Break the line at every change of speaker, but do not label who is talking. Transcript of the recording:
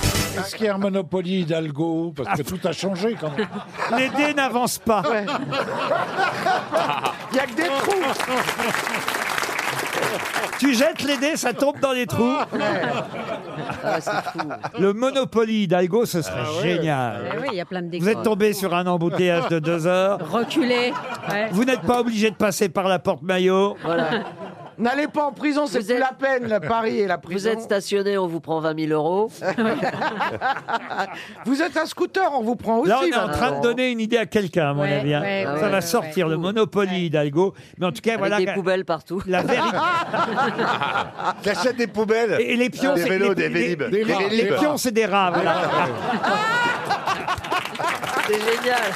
Tiramiskière, Monopoly, Hidalgo, parce que tout a changé quand même.
Les dés n'avancent pas.
Il y a que des trous.
Tu jettes les dés, ça tombe dans les trous.
Ah,
Le Monopoly Hidalgo, ce serait génial.
Eh oui, il y a plein de décors.
Vous êtes tombé sur un embouteillage de deux heures.
Reculé. ouais.
Vous n'êtes pas obligé de passer par la porte maillot.
N'allez pas en prison, c'est
Vous
plus
êtes-
la peine, la Paris et la prison.
Vous êtes stationné, on vous prend 20 000 euros.
Vous êtes un scooter, on vous prend aussi. bah,
Là, on est en
maintenant.
train de donner une idée à quelqu'un, à mon
Ouais,
avis. hein.
ouais,
Ça
ouais,
va
ouais,
sortir,
ouais.
le Monopoly Hidalgo. Mais en tout cas,
Avec
voilà.
des poubelles partout.
La vérité.
T'achètes des poubelles.
Et les pions,
Des
c'est-
vélos,
les-
des Vélib.
les-
Des
les- les
rats.
pions, c'est des rats, voilà.
C'est génial.